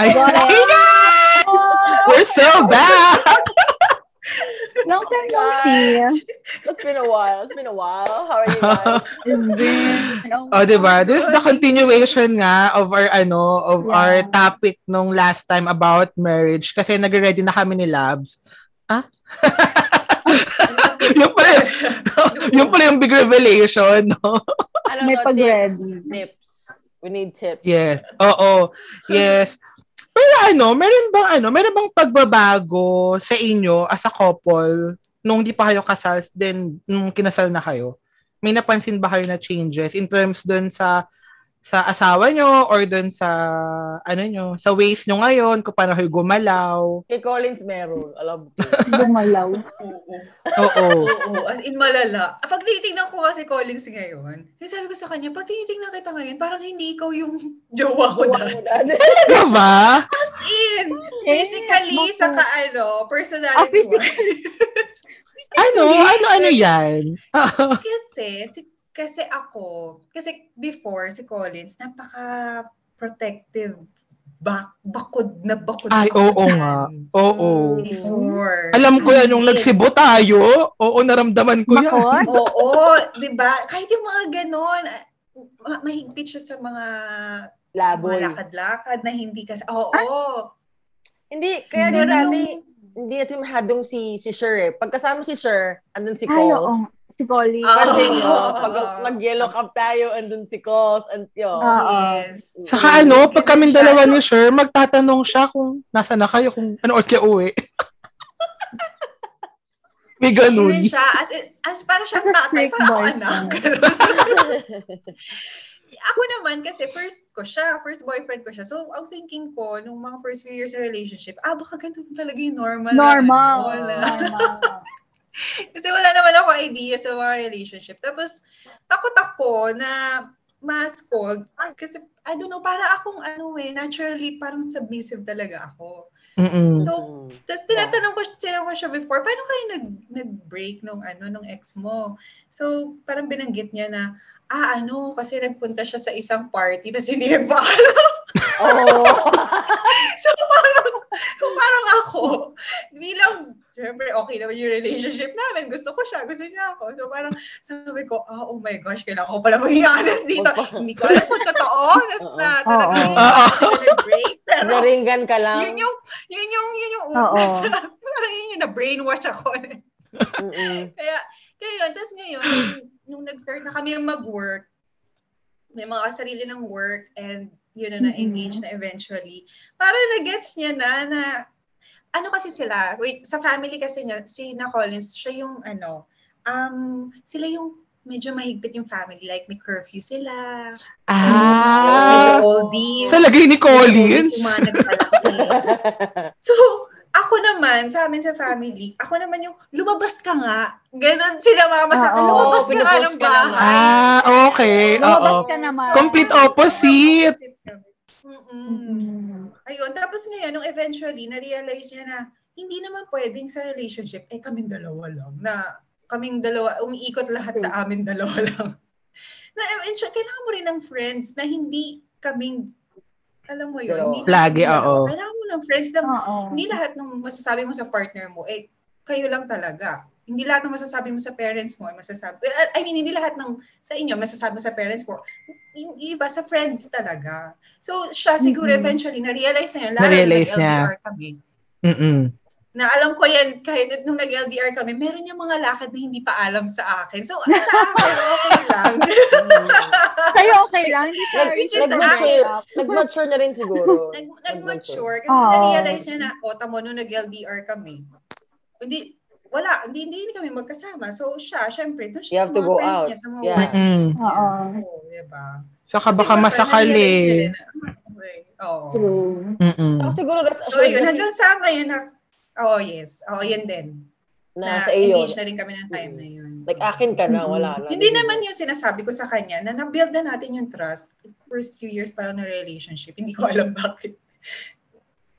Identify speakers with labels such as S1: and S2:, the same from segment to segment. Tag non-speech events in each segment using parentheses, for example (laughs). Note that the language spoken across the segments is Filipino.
S1: Ay, (laughs) ayan! We're so back!
S2: Long time no see.
S3: It's been a while. It's been a while. How are
S4: (laughs)
S3: you guys?
S2: It's been...
S1: Oh, di ba? This is the continuation nga of our ano, of
S2: Yeah.
S1: our topic nung last time about marriage kasi nagre-ready na kami ni Labs. Ah? (laughs) yung pala, yung pala yung big revelation, no?
S3: I don't
S2: May
S3: know,
S2: pag-ready.
S3: tips. We need tips.
S1: Yes. Oo. Yes. Pero ano, meron bang ano, meron bang pagbabago sa inyo as a couple nung di pa kayo kasal then nung kinasal na kayo? May napansin ba kayo na changes in terms dun sa sa asawa nyo or dun sa ano nyo, sa ways nyo ngayon, kung paano kayo gumalaw.
S3: Kay Collins meron.
S4: (laughs)
S3: Alam ko.
S2: Gumalaw.
S4: Oo.
S1: Oo.
S4: Oo, as in malala. Ah, Pag tinitingnan ko kasi Collins ngayon, sinasabi ko sa kanya, pag tinitingnan kita ngayon, parang hindi ikaw yung (laughs) jowa ko dati. (laughs)
S1: Ano ba?
S4: As in, physically,
S2: Eh,
S4: saka
S2: Ah,
S4: ano, personality
S2: physical.
S4: wise.
S1: Ano? Ano, ano yan?
S4: (laughs) kasi, si, kasi ako, kasi before si Collins, napaka protective bak bakod na bakod.
S1: Ay,
S4: ako
S1: oo
S4: yan.
S1: nga. Oo.
S4: Mm. Before.
S1: Alam ko yan, nung
S4: As in,
S1: nagsibo tayo, oo, naramdaman ko yan.
S2: Bakon?
S4: Oo, di ba? Kahit yung mga ganon, ah, ma- mahigpit siya sa mga
S3: Laboy.
S4: mga lakad-lakad na hindi kasi, oo.
S2: Ah,
S3: Hindi, kaya
S4: Pero
S3: din dati,
S4: nung-
S3: hindi natin mahadong si, si Sher eh. Pagkasama si Sher, andun si
S2: Ay, oo.
S3: Coles.
S2: Si Polly.
S4: Ah.
S3: Kasi
S4: Oo.
S3: oh, pag mag-yellow cup tayo, andun si Coles. And, yun.
S2: Ah.
S3: (laughs)
S2: Oo.
S4: Yes.
S1: Saka ano, pag kami dalawa ni Sher, magtatanong siya kung nasa na kayo, kung ano oras kayo uwi. (laughs) May ganun.
S4: Ganun siya. As, in- as para siyang tatay,
S2: Perfect
S4: para ako
S2: boyfriend.
S4: anak. ako naman kasi first ko siya, first boyfriend ko siya. So, ang thinking ko, nung mga first few years sa relationship, ah, baka ganito talaga yung normal. na
S2: Normal.
S4: ano, na-
S2: Normal.
S4: Kasi wala naman ako idea sa mga relationship. Tapos, takot ako na mas cold. Kasi, I don't know, para akong ano eh, naturally, parang submissive talaga ako.
S1: Mm-mm.
S3: Mm.
S4: So, tapos tinatanong ko, tinanong ko siya before, paano kayo nag, nag-break nung ano, nung ex mo? So, parang binanggit niya na, ah, ano, kasi nagpunta siya sa isang party, tapos hindi (laughs) niya pa
S2: (laughs)
S3: Oo.
S4: so, parang, kung parang ako, bilang, syempre, okay naman yung relationship namin. Gusto ko siya, gusto niya ako. So, parang, sabi ko, ah, oh my gosh, kailangan ko pala maging honest dito. Hindi ko alam kung totoo. Nas
S3: Oo.
S4: na, talaga,
S2: Oo.
S4: hindi ako nag-break. Pero,
S3: Naringgan ka lang.
S4: yun yung, yun yung, yun yung,
S2: Oo.
S4: (laughs) parang yun yung na-brainwash ako. (laughs)
S3: Mm-mm.
S4: Kaya, kaya yun. Tapos ngayon, nung- nung nag-start na kami mag-work, may mga sarili ng work and yun na na-engage na eventually. Para na-gets niya na, na ano kasi sila, wait, sa family kasi niya, si na Collins, siya yung ano, um, sila yung medyo mahigpit yung family. Like, may curfew sila. tapos may
S1: Ah!
S4: oldies.
S1: Sa lagay ni Collins?
S4: Yung mga nagpalaki. So, ako naman, sa amin sa family, ako naman yung, lumabas ka nga. Ganon sila mama sa akin,
S2: Oo,
S4: lumabas ka nga
S3: pinupush
S4: ng
S3: ka naman.
S4: bahay.
S1: Ah, okay.
S2: Lumabas
S1: Oo.
S2: ka naman.
S1: Complete opposite.
S4: Mm-mm. Ayun, tapos ngayon, nung eventually, na-realize niya na, hindi naman pwedeng sa relationship, eh kaming dalawa lang, na kaming dalawa, umiikot lahat sa amin dalawa lang. na eventually, kailangan mo rin ng friends na hindi kaming, alam mo yun,
S3: Dalawa.
S4: hindi kaming
S1: Lagi,
S4: dalawa.
S1: oo.
S4: Kailangan mo ng friends na
S2: Oo.
S4: hindi lahat ng masasabi mo sa partner mo, eh, kayo lang talaga. Hindi lahat ng masasabi mo sa parents mo, ay masasabi, eh, I mean, hindi lahat ng sa inyo, masasabi mo sa parents mo. Yung iba sa friends talaga. So, siya siguro
S2: Mhm.
S4: eventually, na-realize na yun.
S1: Na-realize
S4: nung
S1: niya.
S4: nag-LDR Kami,
S1: Mm-mm.
S4: na alam ko yan, kahit nung nag-LDR kami, meron niya mga lakad na hindi pa alam sa akin. So, (laughs) sa akin, okay lang.
S2: Sa'yo okay lang. Hindi sorry.
S4: Which is
S2: Sorry.
S3: Nag-mature na rin
S2: (laughs)
S3: siguro.
S4: Nag- nag-mature. Kasi
S2: Oo.
S4: na-realize niya na, o, tamo nung nag-LDR kami. Hindi, wala, hindi, hindi, hindi kami magkasama. So, siya, syempre, doon
S3: You
S4: siya
S3: have
S4: sa
S3: to
S4: mga
S3: go
S4: friends
S3: out.
S4: niya, sa mga
S3: Yeah.
S1: Mm.
S4: niya.
S2: Oo.
S4: Oo, diba?
S1: Saka
S4: Kasi
S1: baka eh.
S4: baka
S1: masakali.
S4: na-realize niya rin na, ah, okay, Oo.
S2: True.
S1: Mm-mm.
S3: Saka siguro rest
S4: So,
S3: assured
S4: yun,
S3: na,
S4: hanggang sa ngayon na, oh, yes. Oh, yun din.
S3: na sa iyo.
S4: engaged na rin kami ng time na yun.
S3: Like akin ka na, wala na.
S4: Hindi naman yung sinasabi ko sa kanya na na-build na natin yung trust first few years parang ng relationship. Hindi ko alam (laughs) bakit.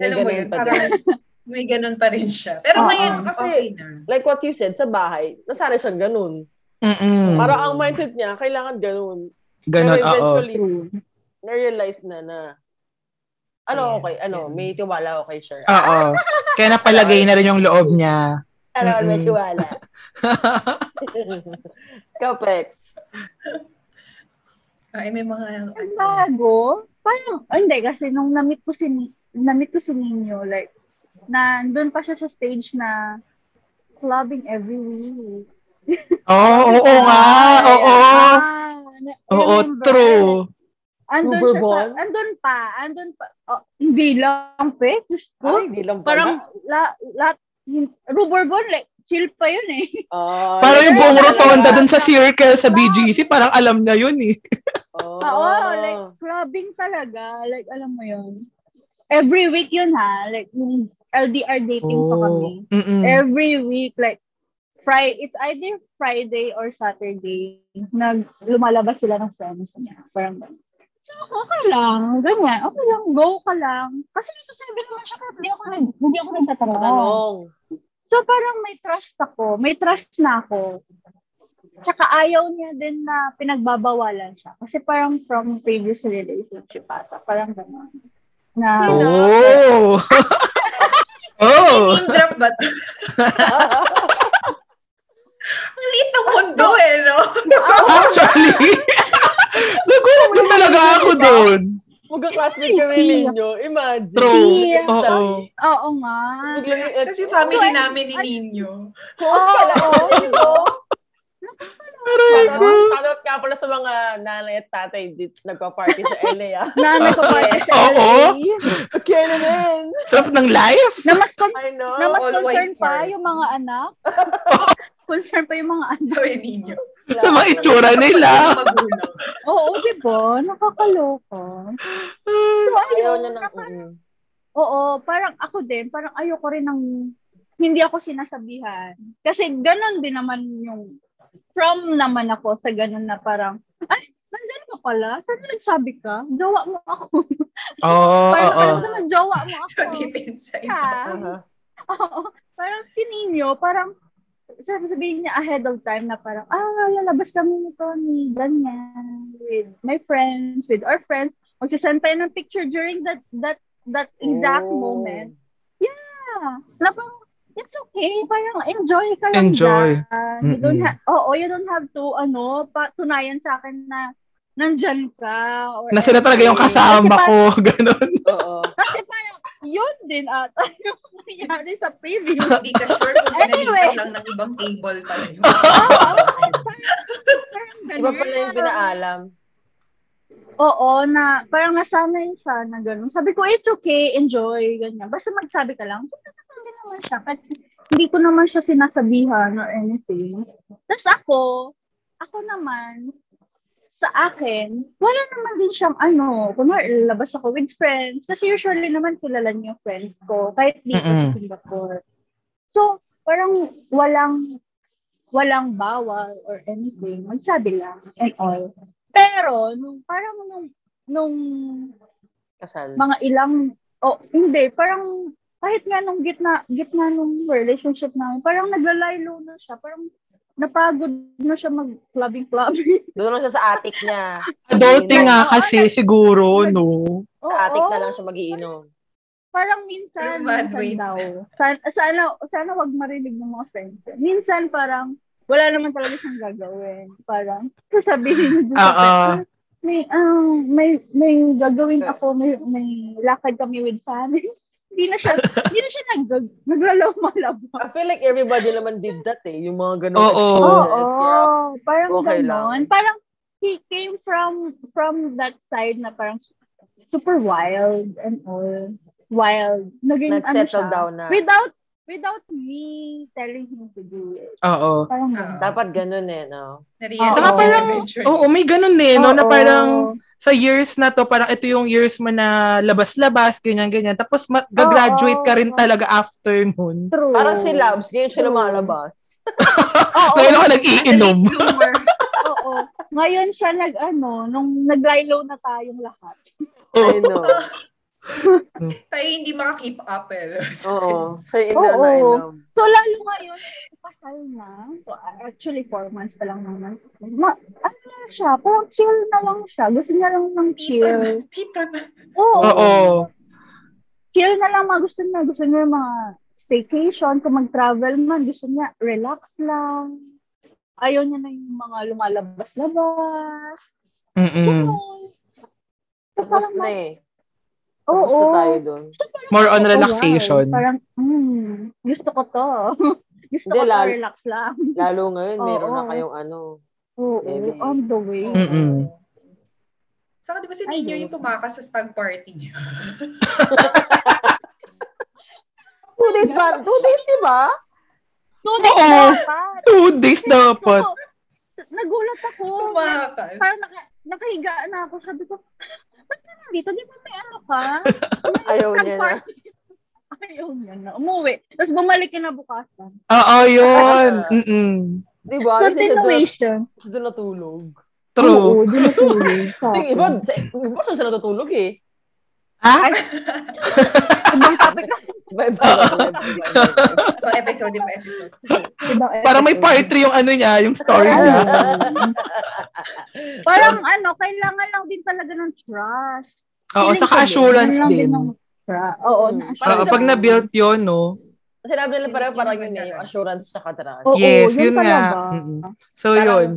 S3: May
S4: alam mo
S3: ganun
S4: yun,
S3: pa
S4: parang (laughs) may ganun pa rin siya. Pero
S2: Oo.
S4: ngayon,
S3: Kasi-
S4: okay na.
S3: Like what you said, sa bahay, nasari siya ganun.
S1: Mm-mm.
S3: Parang ang mindset niya, kailangan ganun.
S1: Mm. Ganun, ah, oo.
S3: Pero eventually,
S2: True.
S3: na-realize na na, ano,
S1: Yes,
S3: okay, ano,
S1: yun.
S3: may tiwala ako kay Sher.
S1: Oo. Kaya napalagay na rin yung loob niya.
S3: Ano, may
S1: Mm-mm. (laughs)
S3: tiwala. Kapets.
S4: Ay, may mga... ano,
S2: Ang bago? Paano? Ah, hindi, kasi nung na-meet ko si, na-meet ko si Nino, like, nandun pa siya sa stage na clubbing every week.
S1: Oo, oo, nga. Oo.
S2: Ah, na-
S1: Oo,
S2: remember?
S1: true.
S2: Andun
S3: Uber
S2: siya
S3: ball?
S2: sa, andun pa, andun pa. Oh, hindi lang, pe. Diyos ko.
S3: Ay, di lang ba?
S2: parang, la, la, hin- rubber ball, like, chill pa yun eh.
S3: (laughs) Oh,
S1: Parang
S3: yun
S1: yung buong
S3: talaga.
S1: rotonda dun sa circle sa BGC, parang alam na yun eh.
S3: Oo.
S2: Oo,
S3: Ah.
S2: like, clubbing talaga. Like, alam mo yun. Every week yun ha. Like, yung LDR dating pa kami.
S1: Mm-mm.
S2: Every week, like, Friday, it's either Friday or Saturday, nag, lumalabas sila ng friends niya. Parang, ganun. so, okay lang, ganyan, okay lang, go ka lang. Kasi nagsasabi naman siya, hindi ako, nag- hindi ako nagtatanong.
S3: Tanong. (laughs)
S2: So parang may trust ako, may trust na ako. Tsaka ayaw niya din na pinagbabawalan siya. Kasi parang from previous relationship ata, parang gano'n. Na,
S1: Oh. (laughs) oh.
S4: Name drop ba? to? Ang liit ng mundo eh, no?
S1: Actually, (laughs) nagulat na talaga ako doon.
S3: Magka-classmate kami ninyo. Imagine.
S1: True.
S2: Yeah.
S1: Oo.
S2: oo nga.
S3: Biglang yung ex. Oh,
S4: Kasi family namin ni Nino.
S3: Close (laughs) pala. Oo, oh,
S1: Aray ko.
S3: Shoutout nga pala sa mga nanay at tatay dito nagpa-party sa ah. LA. (laughs)
S2: Nanay ko pa rin sa
S1: Oo.
S2: LA,
S3: Okay na din.
S1: Sarap ng life.
S2: Na mas, con-
S3: I know.
S2: na mas
S4: all white
S2: concern pa
S4: part.
S2: yung mga anak. concern pa yung mga anak.
S4: Sabi ni Nino.
S1: Sa mga itsura nila.
S4: Magulo.
S2: Oo, di ba? Nakakaloko. So,
S3: Ayaw
S2: ayaw,
S3: niya ng... mm-hmm.
S2: naka- Oo, parang ako din, parang ayoko rin ng hindi ako sinasabihan. Kasi ganun din naman yung from naman ako sa ganun na parang, ay, nandyan ka pala? Saan mo nagsabi ka? Jowa mo ako.
S1: Oo.
S2: parang
S1: oo.
S2: alam naman, jowa mo ako.
S4: So, deep inside.
S2: Ha?
S3: Uh-huh.
S2: (laughs) Oo. Parang si Nino, parang sabi sabihin niya ahead of time na parang, ah, lalabas kami nito ni ganyan with my friends, with our friends. Magsasend tayo ng picture during that that that exact
S1: Oh.
S2: moment. Yeah. Na parang, it's okay. Parang enjoy ka lang
S1: Enjoy.
S2: dyan. You don't
S1: Mm-mm.
S2: ha- Oo, you don't have to, ano, patunayan sa akin na nandyan ka. Or
S1: Na sila talaga yung kasama
S2: Kasi
S1: ko. (laughs) Ganon.
S3: Oo.
S2: Kasi parang, yun din ata (laughs) yung nangyari sa
S1: (laughs)
S2: previous.
S4: Hindi ka sure kung
S2: Anyway.
S4: pinalitan lang ng ibang table pala yun.
S2: Parang
S3: Iba
S2: ganun.
S3: pala yung
S2: Parang-
S3: pinaalam.
S2: Oo, na parang nasanay siya na ganun. Sabi ko, it's okay, enjoy, ganyan. Basta magsabi ka lang. Kasi nagsasabi naman siya. Kahit hindi ko naman siya sinasabihan or anything. Tapos ako, ako naman, sa akin, wala naman din siyang ano, kunwari labas ako with friends. Kasi usually naman kilala niyo yung friends ko, kahit dito sa
S1: Mm-mm.
S2: Singapore. So, parang walang walang bawal or anything. Magsabi lang and all. Pero, nung parang nung, nung
S3: Kasal.
S2: mga ilang, oh, hindi, parang kahit nga nung gitna, gitna nung relationship namin, parang naglalaylo na siya. Parang napagod na siya
S3: (laughs)
S2: mag-clubbing-clubbing.
S3: Doon lang siya sa attic niya.
S1: Adulting nga kasi siguro, no?
S2: Oo,
S3: Sa attic na lang siya magiinom.
S2: parang minsan,
S4: Through mad
S2: minsan
S4: way.
S2: daw. Sana, sana, sana wag marinig ng mga friends. niya. Minsan parang, wala naman talaga siyang gagawin. Parang, sasabihin niya dun sa
S1: Oo.
S2: friends, (laughs) may, ah, may, may gagawin ako, may, may lakad kami with family. (laughs) hindi na siya, hindi na siya nag, naglalaw-malaw.
S3: I feel like everybody naman did that eh. Yung mga ganun.
S1: Oo.
S2: Oo,
S3: experience. Yeah.
S2: parang
S3: Okay
S2: ganon.
S3: lang.
S2: Parang, he came from, from that side na parang, super wild and all. Wild. Naging ano
S3: Nag-settle
S2: siya.
S3: down na.
S2: without without me telling him to do it.
S1: Oo.
S2: Parang
S4: Ah.
S2: ganun.
S3: Dapat ganun eh, no?
S4: Na-realize
S2: Saka
S4: ko
S1: parang-
S4: eventually.
S1: Oo, may ganun eh, no? Na
S2: Oo.
S1: parang sa years na to, parang ito yung years mo na labas-labas, ganyan-ganyan. Tapos ma- gagraduate ka rin
S2: Oo.
S1: talaga after nun.
S2: True.
S3: Parang si Labs, ngayon siya
S2: True.
S3: lumalabas.
S2: (laughs) Oo.
S1: Ngayon ako
S4: As a
S1: nag-iinom.
S4: late bloomer.
S2: oo. Ngayon siya nag ano, nung naglaylo na tayong lahat.
S3: I know.
S4: Tayo hindi maka-keep up eh. (laughs)
S3: Oo. Siya yung
S2: Oo.
S3: nanainom.
S2: So, lalo ngayon, pasal na. So, actually, four months pa lang naman. Ma, ano lang siya, parang chill na lang siya. Gusto niya lang ng
S4: Tita na,
S2: chill.
S4: tita na.
S2: Oo.
S1: (laughs) Oo.
S2: Chill na lang, mga gusto niya. Gusto niya yung mga staycation, kung mag-travel man, gusto niya relax lang. Ayaw niya na yung mga lumalabas-labas.
S1: Mm-mm.
S2: Ganun. So,
S3: Tapos
S2: parang
S3: na
S2: mas-
S3: eh.
S2: Oo.
S3: Tapos na tayo dun.
S1: More on
S2: Oo,
S1: relaxation.
S2: wow. Parang, mm, gusto ko to. (laughs) gusto
S3: Hindi,
S2: ko to,
S3: lalo-
S2: relax lang.
S3: Lalo ngayon, meron na
S2: Oo.
S3: kayong ano.
S2: Oo,
S3: Maybe.
S2: on the way.
S1: Mm-mm.
S4: Saka di ba si Nino yung tumakas sa stag party
S3: (laughs)
S4: niyo?
S3: Two days ba? Two days, di ba?
S2: No,
S1: Oo.
S2: dapat.
S1: Two days dapat.
S2: So, nagulat ako.
S4: Tumakas.
S2: Parang naka, nakahiga na ako. Sabi ko, ba't ka nandito? Di ba may ano ka?
S3: (laughs) Ayaw niya na.
S2: Party. (laughs) Ayaw niya na. Umuwi. Tapos bumalik yun na bukasan.
S1: Oo, yun. Mm-mm.
S3: Di ba? Kasi siya doon,
S2: Continuation.
S3: siya doon natulog.
S1: True.
S2: Oo, dinutuloy.
S3: (laughs) Yung iba, yung iba siya natutulog eh.
S1: Ah?
S2: Ibang topic
S3: (laughs)
S2: na.
S3: Iba, iba, iba, iba, iba, iba, iba.
S4: Ito Oh, episode, iba episode.
S2: Ibang
S1: Parang may
S2: episode.
S1: part 3 yung ano niya, yung story niya.
S2: (laughs) Parang ano, kailangan lang din talaga ng trust.
S1: Oo,
S2: Feeling ko
S1: saka
S2: din,
S1: assurance
S2: kailangan
S1: din.
S2: ng trust. Oo,
S3: Mm.
S2: na
S1: Oo,
S3: Parang
S1: pag na-built yun, no?
S3: Sinabi nila parang, parang yun eh, yung assurance sa trust.
S2: Oo,
S1: yes,
S2: yun
S1: yun, nga.
S2: talaga.
S1: Mm-mm. So,
S3: Parang-
S1: yun.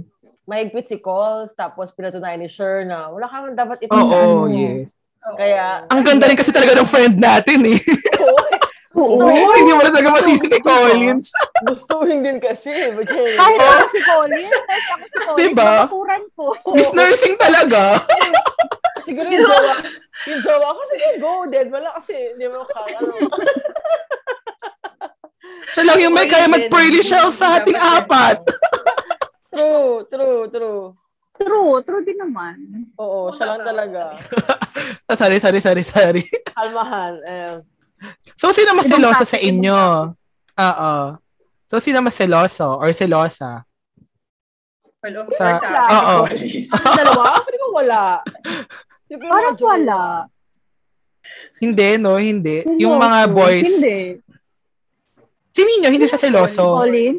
S3: Mahigpit si Calls, tapos pinatunayan ni Sher na wala kang dapat
S1: Oo,
S3: ipagdaan mo.
S1: yes.
S3: (laughs)
S4: Oo.
S3: Kaya-
S1: Ang ganda rin kasi talaga ng friend natin eh. Oo,
S2: Oo.
S1: (laughs)
S3: eh.
S1: hindi mo na talaga masisi si Collins.
S3: Gustuhin din kasi. But yun,
S2: Kahit ako si Colin, kahit ako si Colin,
S1: Oh. Diba?
S2: natuturan ko.
S1: Miss Nursing talaga.
S3: siguro yung jowa, yung jowa ko, sige, go, dead mo lang kasi hindi mo ka, ano.
S1: Siya lang yung may kaya mag-pearly shell sa ating apat.
S3: True, true, true.
S2: True, true din naman.
S3: Oo, siya lang talaga.
S1: Ah, sorry, sorry, sorry, sorry.
S3: Kalmahan. Eh,
S1: So, sino mas
S2: Ibang
S1: seloso sa
S2: topic, ibang
S1: inyo? Oo. So, sino mas seloso or selosa?
S4: Well, of
S1: Sa-
S4: course, ah. sa
S3: Wala.
S1: Oo.
S4: Police.
S3: dalawa? Pwede ko wala. Yung mga
S2: Parang
S3: jowa.
S2: wala.
S1: Hindi, no? Hindi. Yung mga
S2: Seryoso,
S1: boys.
S2: Hindi.
S1: Si Nino, hindi siya seloso.
S4: Collins.
S2: Colin?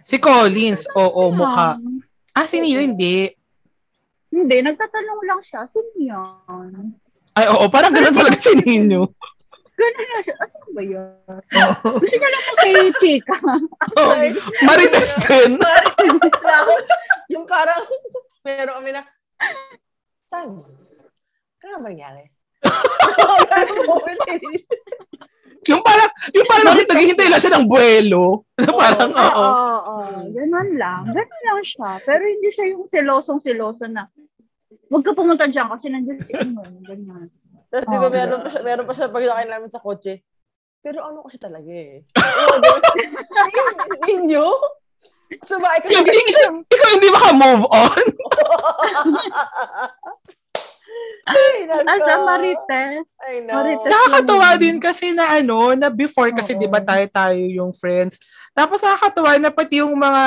S1: Si Collins, oo, mukha.
S2: lang.
S1: Ah, si Nino, hindi.
S2: Hindi, nagtatanong lang siya. Sino yan?
S1: Ay, oo, parang ganun talaga si Nino.
S2: Ganun na siya. Asan ba yan?
S1: (laughs)
S2: Gusto niya lang kay (laughs) Chika.
S1: Oo. Marites din.
S4: (laughs)
S3: Yung parang, (laughs) meron kami na, saan? Ano nga ba nangyari?
S1: Yung parang, yung parang naghihintay lang siya ng buwelo. Na parang, oo.
S2: Oo, oo. Ganun lang. Ganun lang siya. Pero hindi siya yung silosong-siloso na huwag ka pumunta dyan kasi nandiyan si ano. Ganyan.
S3: Tapos di
S2: Oh,
S3: ba meron pa siya, meron pa siya paglakay namin sa kotse. Pero ano kasi talaga (laughs) eh. Oo, di ba? In- Inyo? Sumakay ko sa
S1: Hindi- Ikaw hindi maka-move on.
S3: Ay, nako.
S2: As a Marites.
S3: I know.
S2: Marites.
S1: Nakakatawa din kasi na ano, na before kasi
S2: Oo.
S1: 'di ba tayo tayo yung friends. Tapos nakakatawa na pati yung mga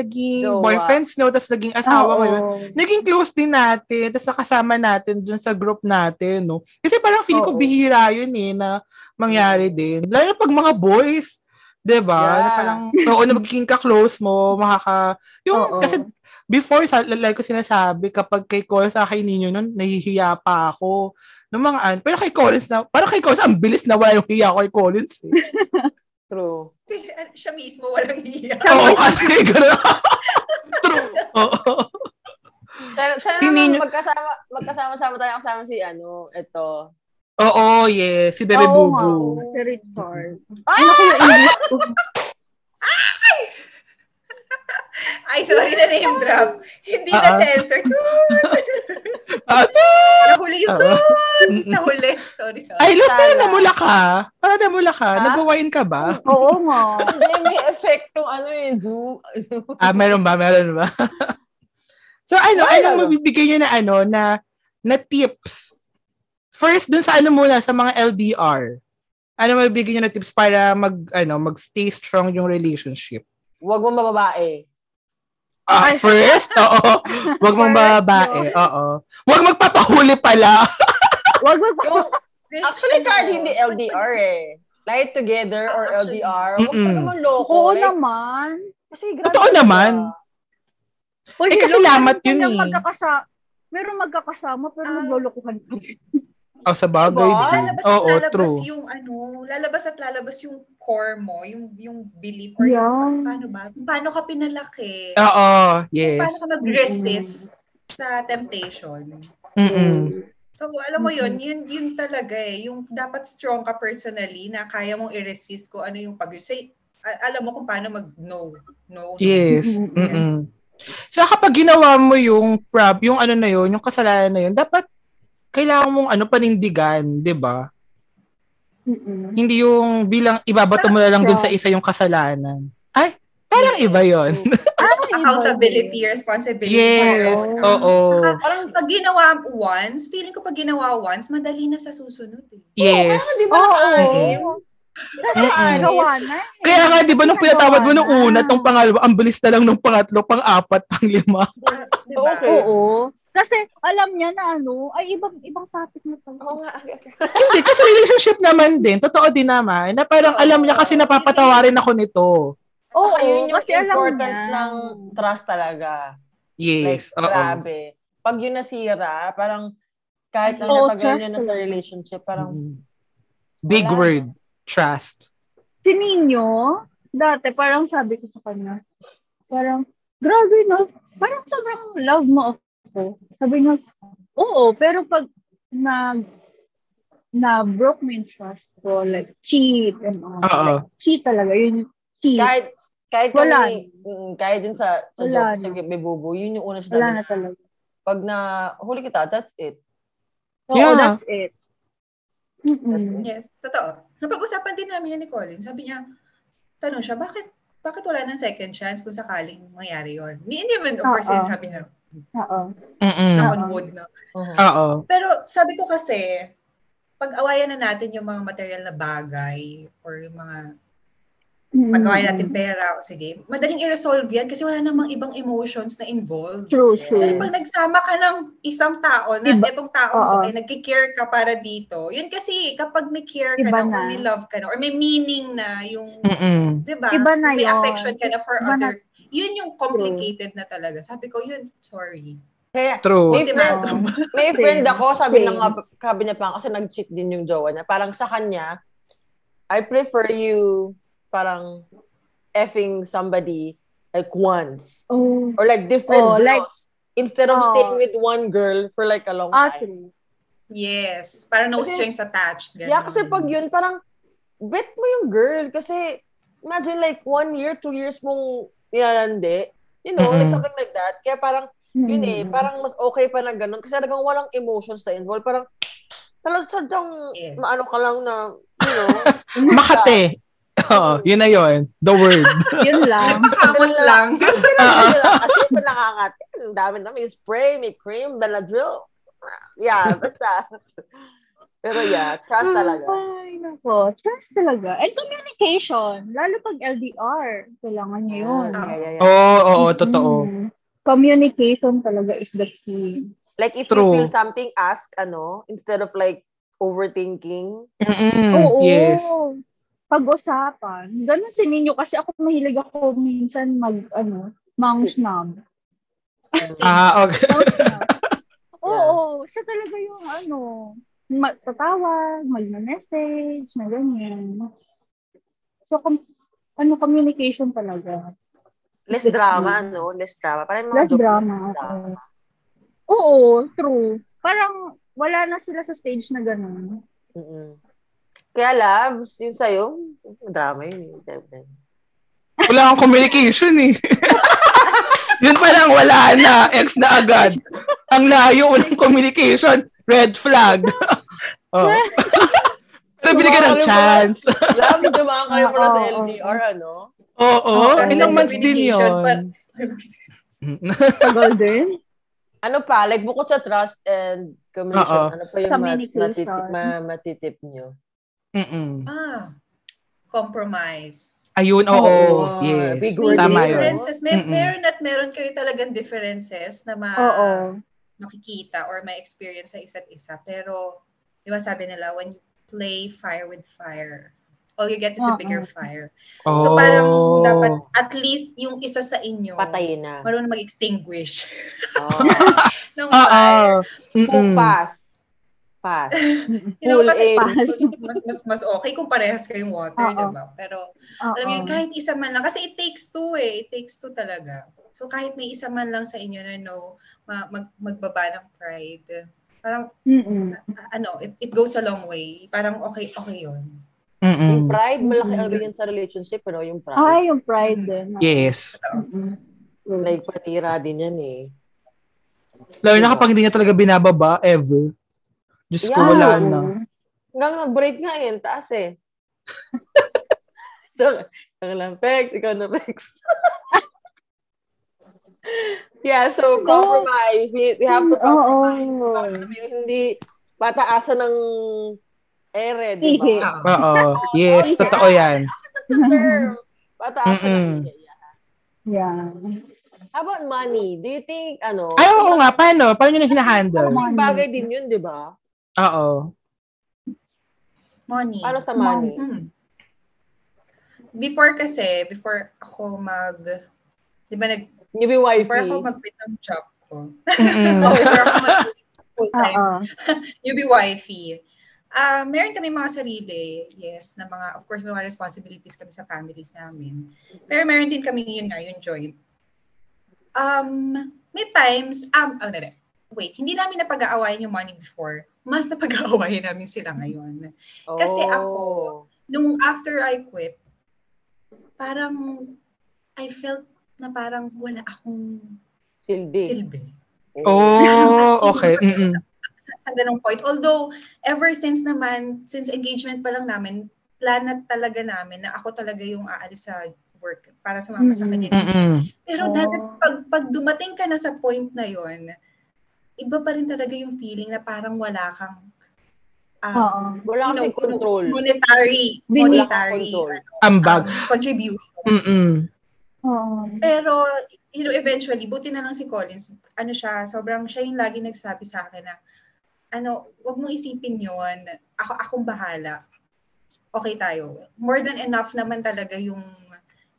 S1: naging
S3: Jowa.
S1: boyfriends no, tapos naging asawa
S2: Ah, Oo.
S1: ngayon. Naging close din natin, tapos nakasama natin dun sa group natin, no? Kasi parang feeling ko
S3: Oo.
S1: bihira yun eh, na mangyari din. Lalo na pag mga boys, 'di ba? Na
S3: Yeah.
S1: parang oo na magiging ka-close mo, makaka yung
S2: Oo.
S1: kasi before sa like ko sinasabi kapag kay Cole sa kay ninyo noon nahihiya pa ako ng mga an pero kay Collins na parang kay Collins ang bilis na wala yung hiya ko kay Collins eh.
S3: True.
S4: Siya mismo, walang hiya.
S1: oo (laughs) kasi ganun true (laughs) oo
S3: Sana, sana
S1: Si
S3: naman
S1: Ninyo-
S3: magkasama, magkasama-sama tayo kasama si ano, ito.
S1: oo yeah si Bebe
S2: Oo nga, oo.
S1: Bubu
S2: Si Richard.
S4: Ay, sorry na name drop. Hindi
S1: Ah, ah.
S4: na censored.
S1: Ah, to-
S4: Nahuli yung
S1: Ah.
S4: tun.
S1: Mm-mm.
S4: Nahuli. Sorry, sorry.
S1: ay Luz
S3: Sana.
S1: parang namula ka parang namula ka
S3: Ha?
S1: nagwawain ka ba
S2: (laughs) Oo nga.
S3: Hindi, may effect tong ano eh, Zoom. Zoom.
S1: ah meron ba meron ba (laughs) so ano
S3: Wala.
S1: anong mabibigay niyo na ano na na tips first dun sa ano muna sa mga LDR ano mabibigay niyo na tips para mag ano magstay strong yung relationship
S3: Huwag mo mababae.
S1: Ah,
S2: Ay.
S1: first, (laughs) oo. Huwag mong
S4: Correct,
S1: babae, oo. Huwag magpapahuli pala. (laughs)
S2: Wag wag
S3: Yung,
S4: Christian
S3: Actually, Carl,
S4: mo.
S3: hindi LDR eh. Lie together or
S4: Ah, actually.
S3: LDR. Huwag ka
S1: Mm-mm.
S3: naman loko.
S2: Oo
S3: like,
S2: naman.
S3: Kasi grabe
S1: Totoo
S3: ka.
S1: naman.
S2: Uy,
S1: Eh, kasi
S2: hello,
S1: lamat
S2: meron
S1: yun
S2: kang
S1: eh.
S2: Magkakasa- meron magkakasama pero
S4: Ah.
S2: naglolokohan pa rin.
S1: Oh, sa bagay.
S3: Diba?
S1: din.
S4: Lalabas
S1: Oo,
S4: at lalabas
S1: true.
S4: yung ano, lalabas at lalabas yung core mo, yung yung belief or yung
S2: Yeah.
S4: paano ba? Kung Paano ka pinalaki?
S1: Oo,
S4: Kung
S1: Ah, yes.
S4: Paano ka mag-resist sa temptation?
S1: Mm-mm.
S4: So, alam mo yun, yun, yun talaga eh. Yung dapat strong ka personally na kaya mong i-resist ko ano yung pag say, a- alam mo kung paano mag-no. No.
S1: Yes. Mm-mm. So kapag ginawa mo yung prob, yung ano na yun, yung kasalanan na yun, dapat kailangan mong ano panindigan, 'di ba?
S2: Mm-mm.
S1: Hindi yung bilang ibabato mo na lang dun sa isa yung kasalanan. Ay, parang iba 'yon.
S2: Ah,
S4: Accountability,
S1: (laughs)
S4: responsibility.
S1: yes.
S4: for all.
S1: Oo.
S3: Parang,
S4: Pag ginawa once, feeling ko pag ginawa once, madali na sa susunod eh.
S1: Yes.
S3: parang di ba
S2: Oo.
S3: nakaanim?
S2: Kasi
S1: Mm-mm.
S2: gawa na eh.
S1: Kaya nga, di ba, nung
S2: Ginagawa
S1: pinatawad mo nung
S2: na.
S1: una, tong pangalawa, ang bilis na lang nung pangatlo, pang-apat, pang-lima. (laughs)
S4: Ah, diba?
S3: Okay.
S2: Oo. Kasi alam niya na ano, ay ibang ibang topic na pala.
S3: Oo nga. okay, okay.
S1: Hindi, kasi relationship naman din, totoo din naman, na parang
S3: Oo.
S1: alam niya kasi napapatawarin ako nito.
S2: Oo,
S3: Saka yun yung
S2: kasi alam
S3: importance
S2: niya.
S3: ng trust talaga.
S1: Yes,
S3: like,
S1: oo.
S3: grabe. Pag yun nasira, parang kahit na
S2: Oo,
S3: natagal nyo na
S2: trust
S3: sa
S2: talaga.
S3: relationship, parang
S1: Mm. Big
S3: Wala.
S1: word, trust.
S2: Si Nino, dati parang sabi ko sa kanya, parang, grabe no, parang sobrang love mo ako. Sabi niya, oo, pero pag na na broke mo yung trust ko, like cheat and all.
S1: Oo.
S2: Like, cheat talaga, yun yung cheat.
S3: kahit kahit
S2: Wala
S3: kami, mm, kahit dun sa sa
S2: Wala
S3: joke, sa Bibubu, yun yung una sa
S2: Wala
S3: dami.
S2: na talaga.
S3: Pag na huli kita, that's it.
S2: Oo,
S1: Yeah.
S2: that's it. Mm-mm.
S3: That's it.
S4: Yes, totoo. Napag-usapan din namin yan ni Colin. Sabi niya, tanong siya, bakit bakit wala ng second chance kung sakaling mangyari yon? Ni hindi man, of course,
S2: Oo.
S4: yun sabi niya,
S2: Oo.
S1: Mm-mm.
S4: knock
S2: Oo.
S4: on wood na.
S3: Mhm.
S1: Oo.
S4: Pero sabi ko kasi, pag-awayan na natin yung mga material na bagay or yung mga
S2: Mm-mm.
S4: pag-awayan natin pera o sige, madaling i-resolve yan kasi wala namang ibang emotions na involved.
S2: True,
S4: Pero
S2: true.
S4: pag nagsama ka ng isang tao na
S2: Iba-
S4: itong tao to
S2: Oo.
S4: ay nagki-care ka para dito, yun kasi kapag may care ka
S2: Iba
S4: na, or
S2: na. Mm.
S4: may love ka na or may meaning na yung,
S1: Mm-mm.
S4: 'di ba?
S2: Iba na
S4: Diba? may
S2: yun.
S4: affection ka na for
S2: Iba na.
S4: other. Yun yung complicated na talaga. Sabi ko, yun, sorry.
S3: Kaya,
S1: True.
S3: May
S4: Hindi
S3: friend,
S4: ba?
S3: may friend ako, sabi
S2: Same.
S3: na nga, sabi niya pa kasi nag-cheat din yung jowa niya. Parang sa kanya, I prefer you parang effing somebody like once
S2: Oh.
S3: or like different
S2: Oh,
S3: girls
S2: like-
S3: instead of
S2: Oh.
S3: staying with one girl for like a long
S2: Ah,
S3: time.
S2: true.
S4: (laughs) Yes. Para no
S3: Kasi-
S4: strings attached. Ganun.
S3: Yeah, kasi pag
S4: (laughs)
S3: yun parang bet mo yung girl kasi imagine like one year, two years mong nilalande. You know, like
S1: Mm-mm.
S3: something like that. Kaya parang yun eh,
S2: Mm.
S3: parang mas okay pa na ganun. Kasi talagang walang emotions na involved. Parang talagang sadyang
S4: Yes.
S3: maano ka lang na, you know,
S1: Makate. Oo, yun na yun. The word.
S2: Yun lang.
S4: Nagpakamot lang.
S3: pinagdala lang kasi pinakakati. Ang dami na, may spray, may cream, Benadryl. Yeah, basta. (laughs) Pero yeah, trust
S2: Hmm.
S3: talaga.
S2: Ah, Ay, nako. Trust talaga. And communication. Lalo pag LDR. Kailangan niyo yun.
S3: Ah, Yeah, yeah, yeah.
S1: Oo, oo, totoo.
S2: Mm. Communication talaga is the key.
S3: Like if
S1: True.
S3: you feel something, ask, ano, instead of like overthinking.
S1: Mm-mm.
S2: Oo.
S1: Mm, Yes.
S2: Pag-usapan. Ganun si Ninyo. Kasi ako mahilig ako minsan mag, ano, mang
S1: (laughs)
S2: snob.
S4: (laughs)
S1: Ah, okay.
S2: Mang snob. Oo. Siya talaga yung, ano, magtatawag, mag-message, na ganyan. So, com- ano, communication talaga.
S3: Less
S2: Is the
S3: drama,
S2: key.
S3: no? Less drama. Parang yung mga
S2: Less
S3: joke-
S2: drama. Oo, true. Parang wala na sila sa stage na gano'n.
S3: Mm-mm. Kaya labs, yun sa'yo, drama yun. eh.
S1: (laughs) Wala kang communication eh. (laughs) yun pa lang, wala na. Ex na agad. Ang layo, walang communication. Red flag. (laughs) oh. Pero binigyan ng chance. (laughs)
S3: Love, dumaan kayo pala
S2: Oo,
S3: sa
S2: oo.
S3: LDR, ano?
S1: Oo,
S4: Ang
S1: ilang
S4: ganda
S1: months din
S4: communication, but-
S1: yun.
S2: Tagal
S4: (laughs)
S2: din.
S3: Ano pa, like bukod sa trust and communication,
S1: Oo.
S3: ano pa yung mat,
S2: Communication.
S3: matitip, ma, matitip nyo?
S1: (laughs) Mm-mm.
S4: Ah, compromise.
S1: Ayun, oo.
S3: Oo,
S1: yes.
S3: big
S4: May
S3: word
S1: Tama
S3: yun.
S1: yun.
S4: differences. May,
S1: Mm-mm.
S4: meron at meron kayo talagang differences na ma,
S2: Oo.
S4: makikita or may experience sa isa't isa. Pero Di ba sabi nila, when you play fire with fire, all you get is a bigger fire.
S1: Oh.
S4: So parang dapat at least yung isa sa inyo
S3: Patay na.
S4: marunong mag-extinguish (laughs)
S3: (laughs) Oh.
S4: ng
S3: Ah,
S1: Oo.
S4: fire.
S3: Kung
S1: Mm-mm.
S3: pass. Pass.
S4: You know,
S3: Full aim.
S4: kasi mas, mas, mas okay kung parehas kayong
S3: Ah,
S4: water,
S2: Oo.
S4: di ba? Pero alam niyo, kahit isa man lang, kasi it takes two eh, it takes two talaga. So kahit may isa man lang sa inyo na no, ma- mag, magbaba ng pride, parang
S2: Mm-mm.
S4: a- ano, it, it goes a long way. Parang okay, okay yun.
S1: Mm-mm.
S3: Yung pride, malaki
S2: Mm.
S3: ang bigyan sa relationship, ano, yung pride.
S2: Ah, Ay, yung pride din.
S1: Yes.
S4: Totoo.
S2: Mm-mm.
S3: Nagpatira din yan eh.
S1: Lalo na
S3: Diba?
S1: kapag hindi niya talaga binababa, ever. Diyos ko,
S3: Yeah.
S1: wala na.
S3: Hanggang nag-break nga eh, ang taas eh. (laughs) Joke. Joke lang, Pex. Ikaw na, Pex. (laughs) yeah, so compromise. We, we have
S2: Mm,
S3: to
S2: Oo.
S3: compromise. Para alam mo yun, hindi pataasan ng ere, di
S2: Ihi.
S3: ba?
S4: Oo.
S1: Oo. Yes,
S3: yeah.
S1: totoo yan.
S3: That's the term. Pataasan ng
S1: Mm-mm.
S3: ihi. Yeah.
S2: Yeah.
S3: How about money? Do you think, ano,
S1: Ay, oo nga. Paano? Paano nyo na hinahandle?
S2: Tama.
S3: malaking bagay din yun, di ba?
S1: Oo.
S4: Money.
S3: Para sa money.
S4: Hmm. Before kasi, before ako mag, di ba, nag,
S3: You be wifey.
S4: before ako mag-quit ng job ko, (laughs)
S1: Mm-mm.
S4: oh, before ako mag full-time
S2: Oo.
S4: you be wifey. Ah, meron kami mga sarili, yes, na mga, of course, may mga responsibilities kami sa families namin. Pero meron din kami yun nga, yung joint. Um, may times, um, oh, nere, wait, hindi namin napag-aawayan yung money before. Mas napag-aawayan namin sila ngayon. Kasi
S3: Oh,
S4: ako- Nung after I quit, parang, I felt na parang wala akong
S3: Silbi. Eh,
S4: silbi.
S1: Oh, okay. Mm-mm.
S4: sa, sa ganung point. Although, ever since naman, since engagement pa lang namin, plan na talaga namin na ako talaga yung aalis sa work para sumama sa
S2: Mm-mm.
S4: kanya.
S1: Mm-mm.
S2: Oh.
S4: Pero dadat, pag, pag dumating ka na sa point na yon iba pa rin talaga yung feeling na parang wala kang um,
S2: Oo.
S3: Wala
S4: you know,
S3: kasi control.
S4: monetary,
S2: Wala
S3: Wala kang
S4: monetary
S3: control.
S4: um,
S1: Ambag.
S4: contribution.
S1: Mm-mm.
S2: Oo.
S4: Pero, you know, eventually, buti na lang si Collins, ano siya, sobrang siya yung lagi nagsabi sa akin na, ano, wag mong isipin yon ako, akong bahala. Okay tayo. More than enough naman talaga yung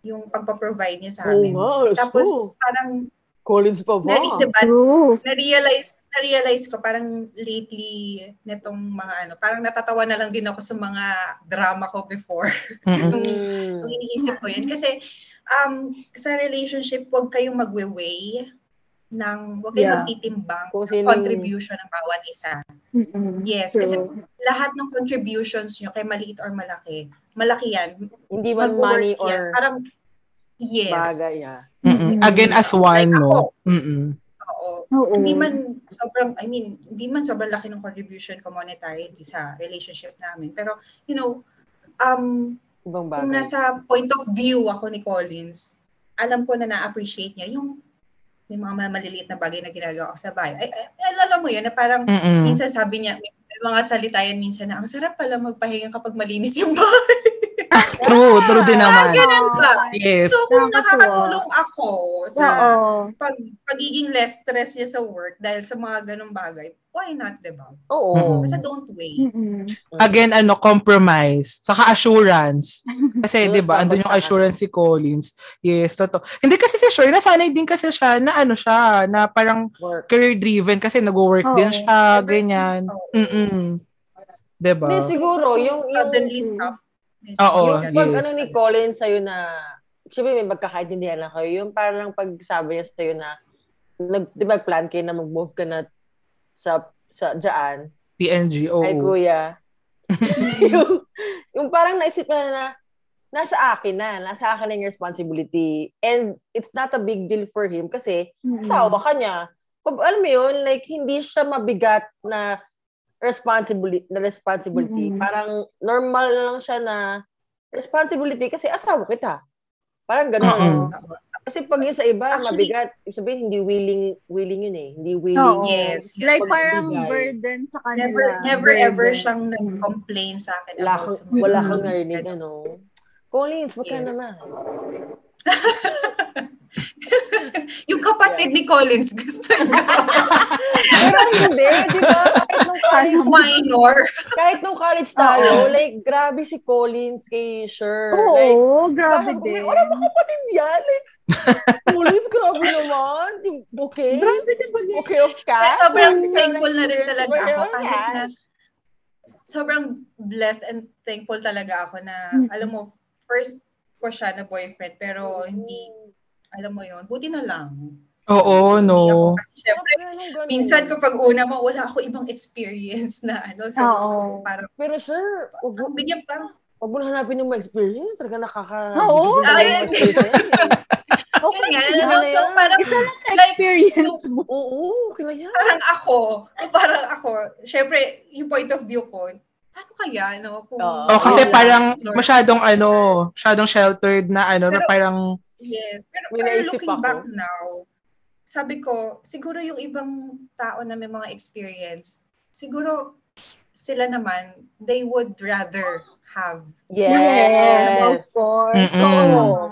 S4: yung pagpa-provide niya sa
S3: Oo
S4: amin.
S3: nga, alas
S4: Tapos,
S3: to.
S4: parang,
S3: Collins pa ba?
S4: nari, diba,
S2: True.
S4: na-realize, na-realize ko parang lately netong mga ano, parang natatawa na lang din ako sa mga drama ko before.
S1: Mm-mm.
S3: Mm.
S4: Kung iniisip ko yun. Kasi um, sa relationship, huwag kayong magwe-weigh ng, huwag kayong
S2: Yeah.
S4: magtitimbang
S3: Kung
S4: ng
S3: sino
S4: contribution ng bawat isa.
S2: Mm-mm.
S4: Yes,
S2: True.
S4: kasi lahat ng contributions nyo, kay maliit or malaki, malaki yan.
S3: hindi man
S4: Mag-work
S3: money
S4: yan.
S3: or
S4: Parang, yes.
S3: bagay. Yeah.
S1: Mm-mm. Again as one, no? Mm-mm.
S4: Oo.
S2: Oo.
S4: Hindi man sobrang, I mean, hindi man sobrang laki ng contribution ko monetary sa relationship namin. Pero, you know, um,
S3: Ibang bagay.
S4: kung nasa point of view ako ni Collins, alam ko na na-appreciate niya yung yung mga maliliit na bagay na ginagawa ko sa bahay. Ay, ay, ay, alam mo yun, na parang
S1: Mm-mm.
S4: minsan sabi niya, may may mga salitayan minsan na, ang sarap pala magpahinga kapag malinis yung bahay.
S1: True, true din naman.
S4: Ganun ba?
S1: Yes.
S4: So, kung
S2: Nakakatuwa.
S4: nakakatulong ako sa
S2: Oo.
S4: pag, pagiging less stress niya sa work dahil sa mga ganong bagay, why not, diba?
S3: Oo.
S4: Basta don't
S1: Hmm.
S4: wait.
S2: Mm-mm.
S1: Again, ano, compromise. Saka assurance. Kasi,
S3: Yun,
S1: di ba, andun
S3: tapos
S1: yung
S3: saka-
S1: assurance si Collins. Yes, totoo. Hindi kasi si Shore, nasanay din kasi siya na ano siya, na parang
S3: Work.
S1: career-driven kasi nag-work
S2: Oo.
S1: din siya,
S4: Ever
S1: ganyan.
S4: since, oo.
S1: Mm-mm. Di ba?
S3: Hindi, siguro, yung, yung,
S4: Suddenly oh,
S2: yung-
S4: stop. Medyo
S1: Oo,
S3: yung
S1: yes.
S3: pag ano ni Colin sa'yo na, syempre may magkakaintindihan na kayo, yung parang pagsabi niya sa'yo na, nag, di ba, plan kayo na mag-move ka na sa, sa, dyan,
S1: PNG, oo.
S3: ay kuya. yung, yung parang naisip na na, nasa akin na, nasa akin na yung responsibility. And it's not a big deal for him kasi
S2: Mm-mm.
S3: asawa ka niya. Kung, alam mo yun, like, hindi siya mabigat na responsibility. Na responsibility.
S2: Mhm.
S3: Parang normal na lang siya na responsibility kasi asawa kita. Parang
S1: Oo.
S3: gano'n. Kasi pag yun sa iba,
S4: Actually-
S3: mabigat. Ibig sabihin, hindi willing, willing yun eh. Hindi
S2: Oo.
S3: willing.
S4: Yes, yes.
S2: Like parang
S3: Pagbibigay.
S2: burden sa kanila.
S4: Never, never
S2: Burden.
S4: ever siyang nag-complain sa akin
S3: Wala,
S4: about
S3: kang, ano?
S4: sa mga-
S3: wala
S2: Mm.
S3: kang narinig, ano. Collins, wag ka
S4: Yes.
S3: naman.
S4: yung kapatid ni Collins (laughs) gusto niya.
S3: Pero hindi, di ba? Kahit
S2: (laughs)
S3: nung college,
S4: Minor.
S3: kahit nung college tayo,
S4: Oo.
S3: like, grabe si Collins kay Sher. like,
S2: Oo, grabe
S3: parang,
S2: din.
S3: Wala ba kapatid yan? Like, Collins, grabe naman. Yung- Okay.
S2: Grabe din ba yun?
S3: Okay of
S4: Kaya
S3: cast.
S4: sobrang
S3: Like,
S4: thankful na rin
S3: experience
S4: talaga
S3: mo
S4: ako
S3: yun, yan.
S4: kahit na ano, sobrang blessed and thankful talaga ako na
S2: Mm.
S4: alam mo first ko siya na boyfriend pero
S3: Mm-hmm.
S4: hindi alam mo yon buti na lang.
S1: Oo,
S4: Hindi ako
S1: Oh, no.
S4: kasi syempre
S3: Pero anong ganun?
S4: minsan kapag una mo wala ako ibang (laughs) experience na ano so,
S2: Oo.
S4: so parang
S3: Pero sure, wag mo,
S4: bigyan parang
S3: wag mo na hanapin yung mga experience. Talaga nakaka...
S2: Oo.
S4: Ayun.
S2: (laughs) Okay.
S4: ganyan.
S3: Ano yun
S4: no?
S3: na
S4: So
S3: yan.
S4: parang
S2: Isa lang na
S4: Like,
S2: experience mo.
S3: Oo, kila yan.
S4: parang ako, parang ako, syempre, yung point of view ko, paano kaya, no? Kung,
S3: Oo.
S1: O, Oh, kasi
S3: Oo.
S1: parang
S4: Explore.
S1: masyadong ano, masyadong sheltered na ano, na
S4: Pero-
S1: parang,
S4: Yes. Pero,
S3: May
S4: pero
S3: naisip
S4: looking
S3: ako.
S4: back now, sabi ko, siguro yung ibang tao na may mga experience, siguro sila naman, they would rather have.
S2: Of course.
S1: Mm-mm.
S2: Oo.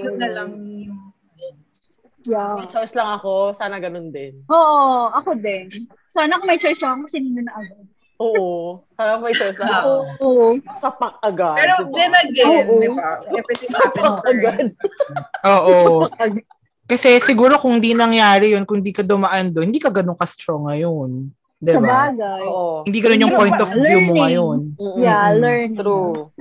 S4: Yun na lang yung
S2: Yeah.
S3: May choice lang ako. Sana ganun din.
S2: Oo, ako din. Sana kung may choice ako, sinino na agad.
S3: Oo. Sana may choice lang ako.
S4: tao.
S2: Oo.
S3: Sa pag-agad.
S4: Pero
S3: diba? Oh,
S4: then again,
S2: Oo.
S4: di ba?
S3: (laughs)
S4: Everything happens for a
S3: Agad.
S4: reason.
S1: oo. Kasi siguro kung di nangyari yun, kung di ka dumaan doon, hindi ka ganun ka-strong ngayon. Di
S2: Sa
S1: ba?
S2: bagay.
S3: Oo.
S1: Hindi ganun yung
S2: Pero
S1: point of view mo
S2: learning.
S1: ngayon.
S3: Mm-mm.
S2: Yeah,
S1: Mm-mm.
S2: learn.
S3: True.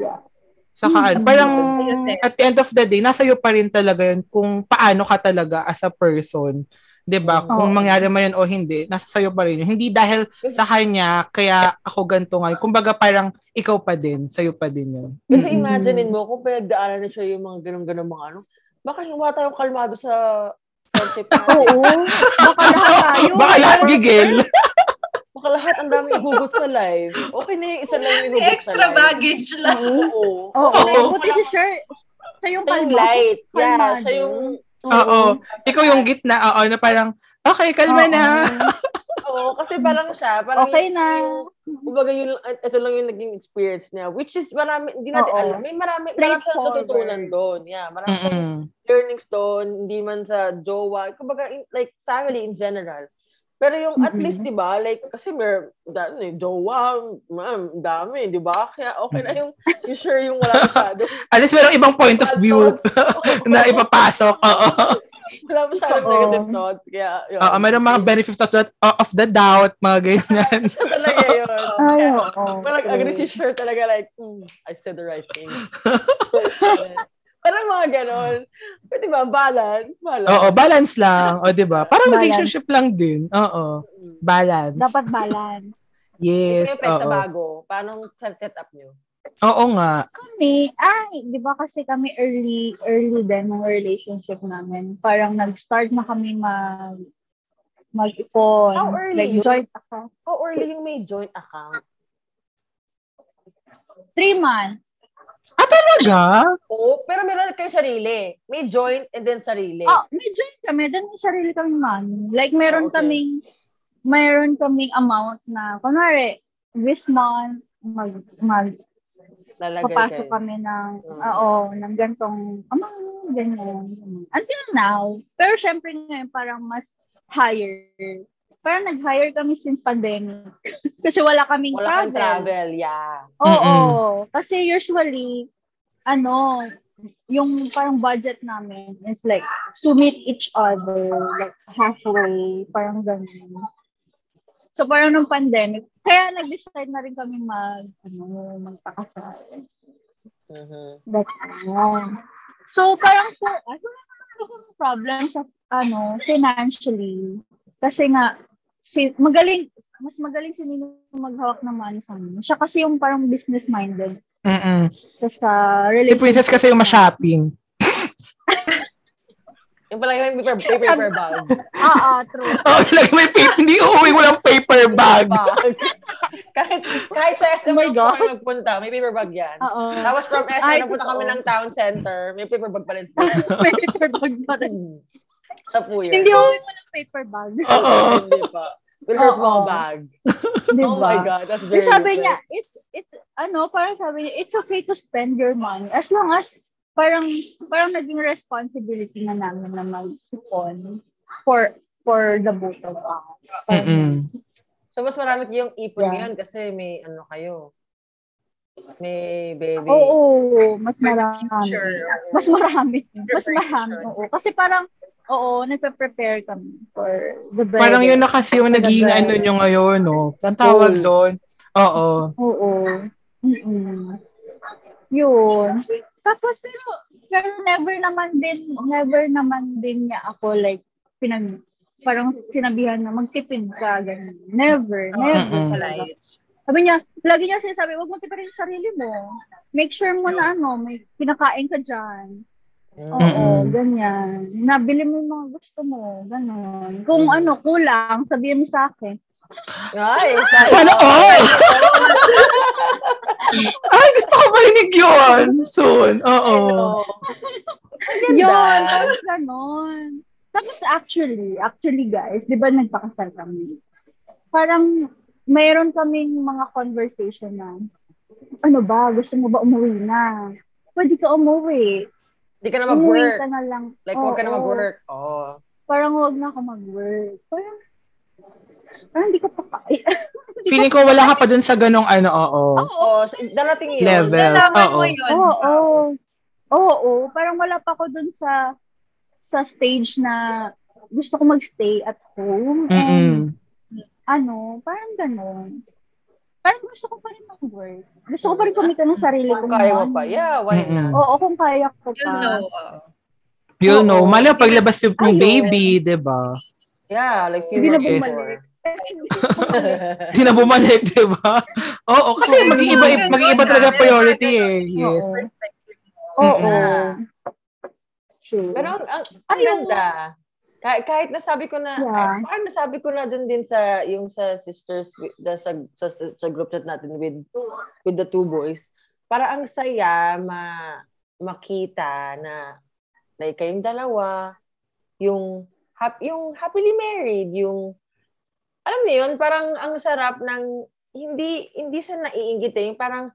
S1: Saka ano, parang
S4: Yourself.
S1: at the end of the day, nasa iyo pa rin talaga yun kung paano ka talaga as a person. 'Di ba?
S2: Oo.
S1: Kung mangyari man yun o hindi, nasa sa'yo pa rin yun. Hindi dahil sa kanya, kaya ako ganito ngayon. Kumbaga parang ikaw pa din, sa'yo pa din yun.
S3: Kasi
S2: Mm-mm.
S3: imaginein mo kung pinagdaanan na siya yung mga ganun-ganun mga ano, baka hiwa tayong kalmado sa
S2: (laughs)
S3: friendship natin.
S2: Oo. Baka lahat tayo.
S1: Baka lahat gigil.
S3: Baka lahat ang daming hugot sa live. Okay na yung isa lang yung hugot sa
S4: Extra
S3: live.
S4: baggage lang.
S3: Oo.
S2: Oo.
S1: Oo.
S2: Buti si Sher. Siya yung
S3: Siya yung
S2: kalma.
S3: light. Yeah,
S2: Kalmado.
S3: siya yung...
S1: (laughs) Oo. Ikaw yung gitna, oo, na parang, okay, kalma na.
S3: Oo, kasi parang siya, parang
S2: Okay na.
S3: Kumbaga, yun, ito lang yung naging experience niya. Which is, marami, hindi
S2: Oo.
S3: natin alam. May marami, marami siyang
S2: Straightforward.
S3: natutunan doon. Yeah, marami siyang
S1: Mm-mm.
S3: learnings doon, hindi man sa jowa, kumbaga, in, like, family in general. Pero yung at
S2: Mhm.
S3: least, di ba, like, kasi may, dami, jowa, ma'am, dami, di ba? Kaya okay na yung, you sure yung wala masyado.
S1: At least merong ibang (laughs) point of view (laughs) na ipapasok. Oo.
S3: wala masyadong
S2: Oo.
S3: negative thoughts. Kaya, yun.
S1: Oo, merong mga benefit of the, uh, of the doubt, mga
S3: (laughs)
S1: ganyan.
S3: Siya talaga
S1: (laughs)
S3: yun.
S2: Ay,
S3: Kaya,
S2: oo.
S3: Parang
S1: Mm.
S3: agree si Sher talaga like, mm, I said the right thing. (laughs) parang mga ganon. Pwede ba? Balance. Balance.
S1: Oo, balance lang. O, di ba? Parang
S2: Balance.
S1: relationship lang din. Oo.
S3: Mm.
S1: Balance.
S2: Dapat balance.
S1: yes.
S3: Yes, yung
S1: Oo.
S3: sa bago. Paano set up nyo?
S1: oo nga.
S2: Kami, ay, di ba kasi kami early, early din ng relationship namin. Parang nag-start na kami mag mag-ipon.
S3: How early
S2: Like,
S3: yun?
S2: joint account.
S3: O early Oh, yung may joint account.
S2: Three months.
S1: Talaga?
S3: Oo, Oh, pero meron kayo sarili. May joint and then sarili.
S2: Oh, may joint kami. Then may sarili kami man. Like, meron
S3: Okay.
S2: kaming, meron kaming amount na, kunwari, this month, mag, mag,
S3: Lalagay
S2: papasok
S3: kayo.
S2: kami ng,
S3: Mm.
S2: oo, ng gantong amount, ganyan. ganyan. Until now. Pero syempre ngayon, parang mas higher. Parang nag-hire kami since pandemic. (laughs) Kasi wala kaming
S3: Wala kang travel. Yeah.
S2: Oo.
S1: Mm-mm.
S2: Kasi usually, ano, yung parang budget namin is like to meet each other like halfway, parang ganun. So parang nung pandemic, kaya nag-decide na rin kami mag, ano, magpakasal.
S3: Mhm.
S2: Ganun. So parang for us, wala naman akong problem sa, ano, financially. Kasi nga, si, magaling, mas magaling si Nino maghawak ng money sa amin. Siya kasi yung parang business-minded
S1: Mm-mm.
S2: sa, sa
S1: Si
S2: relationship.
S1: Princess kasi yung ma-shopping. (laughs)
S3: Yung pala yung paper, paper, paper bag.
S2: Ah, ah,
S1: (laughs)
S2: true.
S1: Oo, Oh, like may paper. Hindi uuwi, walang paper bag.
S3: Bag. (laughs) kahit, kahit sa
S2: Oh
S3: SM
S2: my
S3: lang
S2: God.
S3: kami magpunta, may paper bag yan.
S2: Oo.
S3: Tapos from SM,
S2: Ay,
S3: nagpunta
S2: totoo.
S3: kami ng town center. May paper bag pa rin.
S2: (laughs) paper bag pa rin.
S3: Hmm. Sa po yun.
S2: Hindi ako yung walang paper bag.
S1: Oo.
S3: Hindi pa. With her
S2: Oo.
S3: small bag.
S2: Di
S3: Oh
S2: ba?
S3: my God, that's very
S2: Yung sabi
S3: ruthless.
S2: niya, it's, it's, ano, parang sabi niya, it's okay to spend your money as long as parang parang naging responsibility na namin na mag-ipon for for the both of us. Parang-
S1: Mm-mm.
S3: So, mas marami yung ipon
S2: Yeah.
S3: ngayon kasi may ano kayo. May baby.
S2: Oo, mas
S4: For the
S2: marami.
S4: future.
S2: Mas marami. Mas
S4: Preparation.
S2: marami. Oo. Kasi parang, oo, nagpe-prepare kami for the bride.
S1: Parang yun na kasi yung naging
S2: Ganda.
S1: ano nyo ngayon, no? Ang tawag
S3: Goal.
S1: doon. Oo.
S2: Oo. Mm-mm. Yun. Tapos, pero, pero never naman din, never naman din niya ako, like, pinag, parang sinabihan na magtipid ka, ganun. Never,
S4: Oh,
S2: never
S1: Ah, Mm-mm.
S2: talaga. Sabi niya, lagi niya sinasabi, huwag mo tipirin yung sarili mo. Make sure mo na ano, may kinakain ka dyan.
S3: Mm.
S2: Oo,
S1: Mm-mm.
S2: ganyan. Nabili mo yung mga gusto mo, gano'n. Kung ano, kulang, sabihin mo sa akin.
S3: Ay,
S1: Sana all! (laughs) Ay, gusto ko marinig yun soon. Oo.
S3: Oo.
S2: Yun, tapos gano'n. Tapos actually, actually guys, di ba nagpakasal kami? Parang mayroon kaming mga conversation na, ano ba, gusto mo ba umuwi na? Pwede ka umuwi.
S3: Hindi ka na
S2: Umuwi
S3: mag-work.
S2: ka na lang.
S3: Like, huwag ka na
S2: Oo.
S3: mag-work. Oh. Oo.
S2: Parang huwag na ako mag-work. Parang, parang hindi ko pa (laughs) kaya.
S1: Feeling ko wala ka pa dun sa ganong ano, oo.
S3: Oo, Oh, so, darating yun.
S1: Level.
S4: Nalaman mo
S1: Oo.
S4: yun.
S2: Oo. Oo, oo. Parang wala pa ako dun sa sa stage na gusto ko magstay at home. And
S1: Mm-mm.
S2: ano, parang ganun. Parang gusto ko pa rin mag-work. Gusto ko pa rin kumita ng sarili ko.
S3: Kung kaya mo pa. Yeah, why
S1: Mm-mm.
S3: not?
S2: Oo, kung kaya ko
S4: You'll know.
S2: pa.
S4: oo.
S1: You'll
S2: Oo.
S1: know. Mali paglabas yung
S2: Ayun.
S1: baby, di ba?
S3: Yeah, like few
S2: Hindi na
S3: months
S2: bumalik.
S3: before.
S2: Eh.
S1: Hindi na bumalik, di ba? Oo, kasi
S4: Oo,
S1: mag-iiba,
S4: ganun,
S1: mag-iiba talaga
S4: ganun.
S1: priority eh. Yes.
S2: Oo.
S4: Perspective mo.
S2: (laughs) Oo.
S3: Yeah.
S2: True.
S3: Pero ang, ang, ang
S2: Ayun.
S3: ganda. Kahit, kahit nasabi ko na,
S2: Yeah.
S3: ay, parang nasabi ko na dun din sa, yung sa sisters, wi- the, sa, sa, sa group chat natin with, with the two boys, para ang saya ma, makita na like kayong dalawa, yung, hap, yung happily married, yung, alam niyo yun, parang ang sarap ng, hindi, hindi sa naiingit eh, yung parang,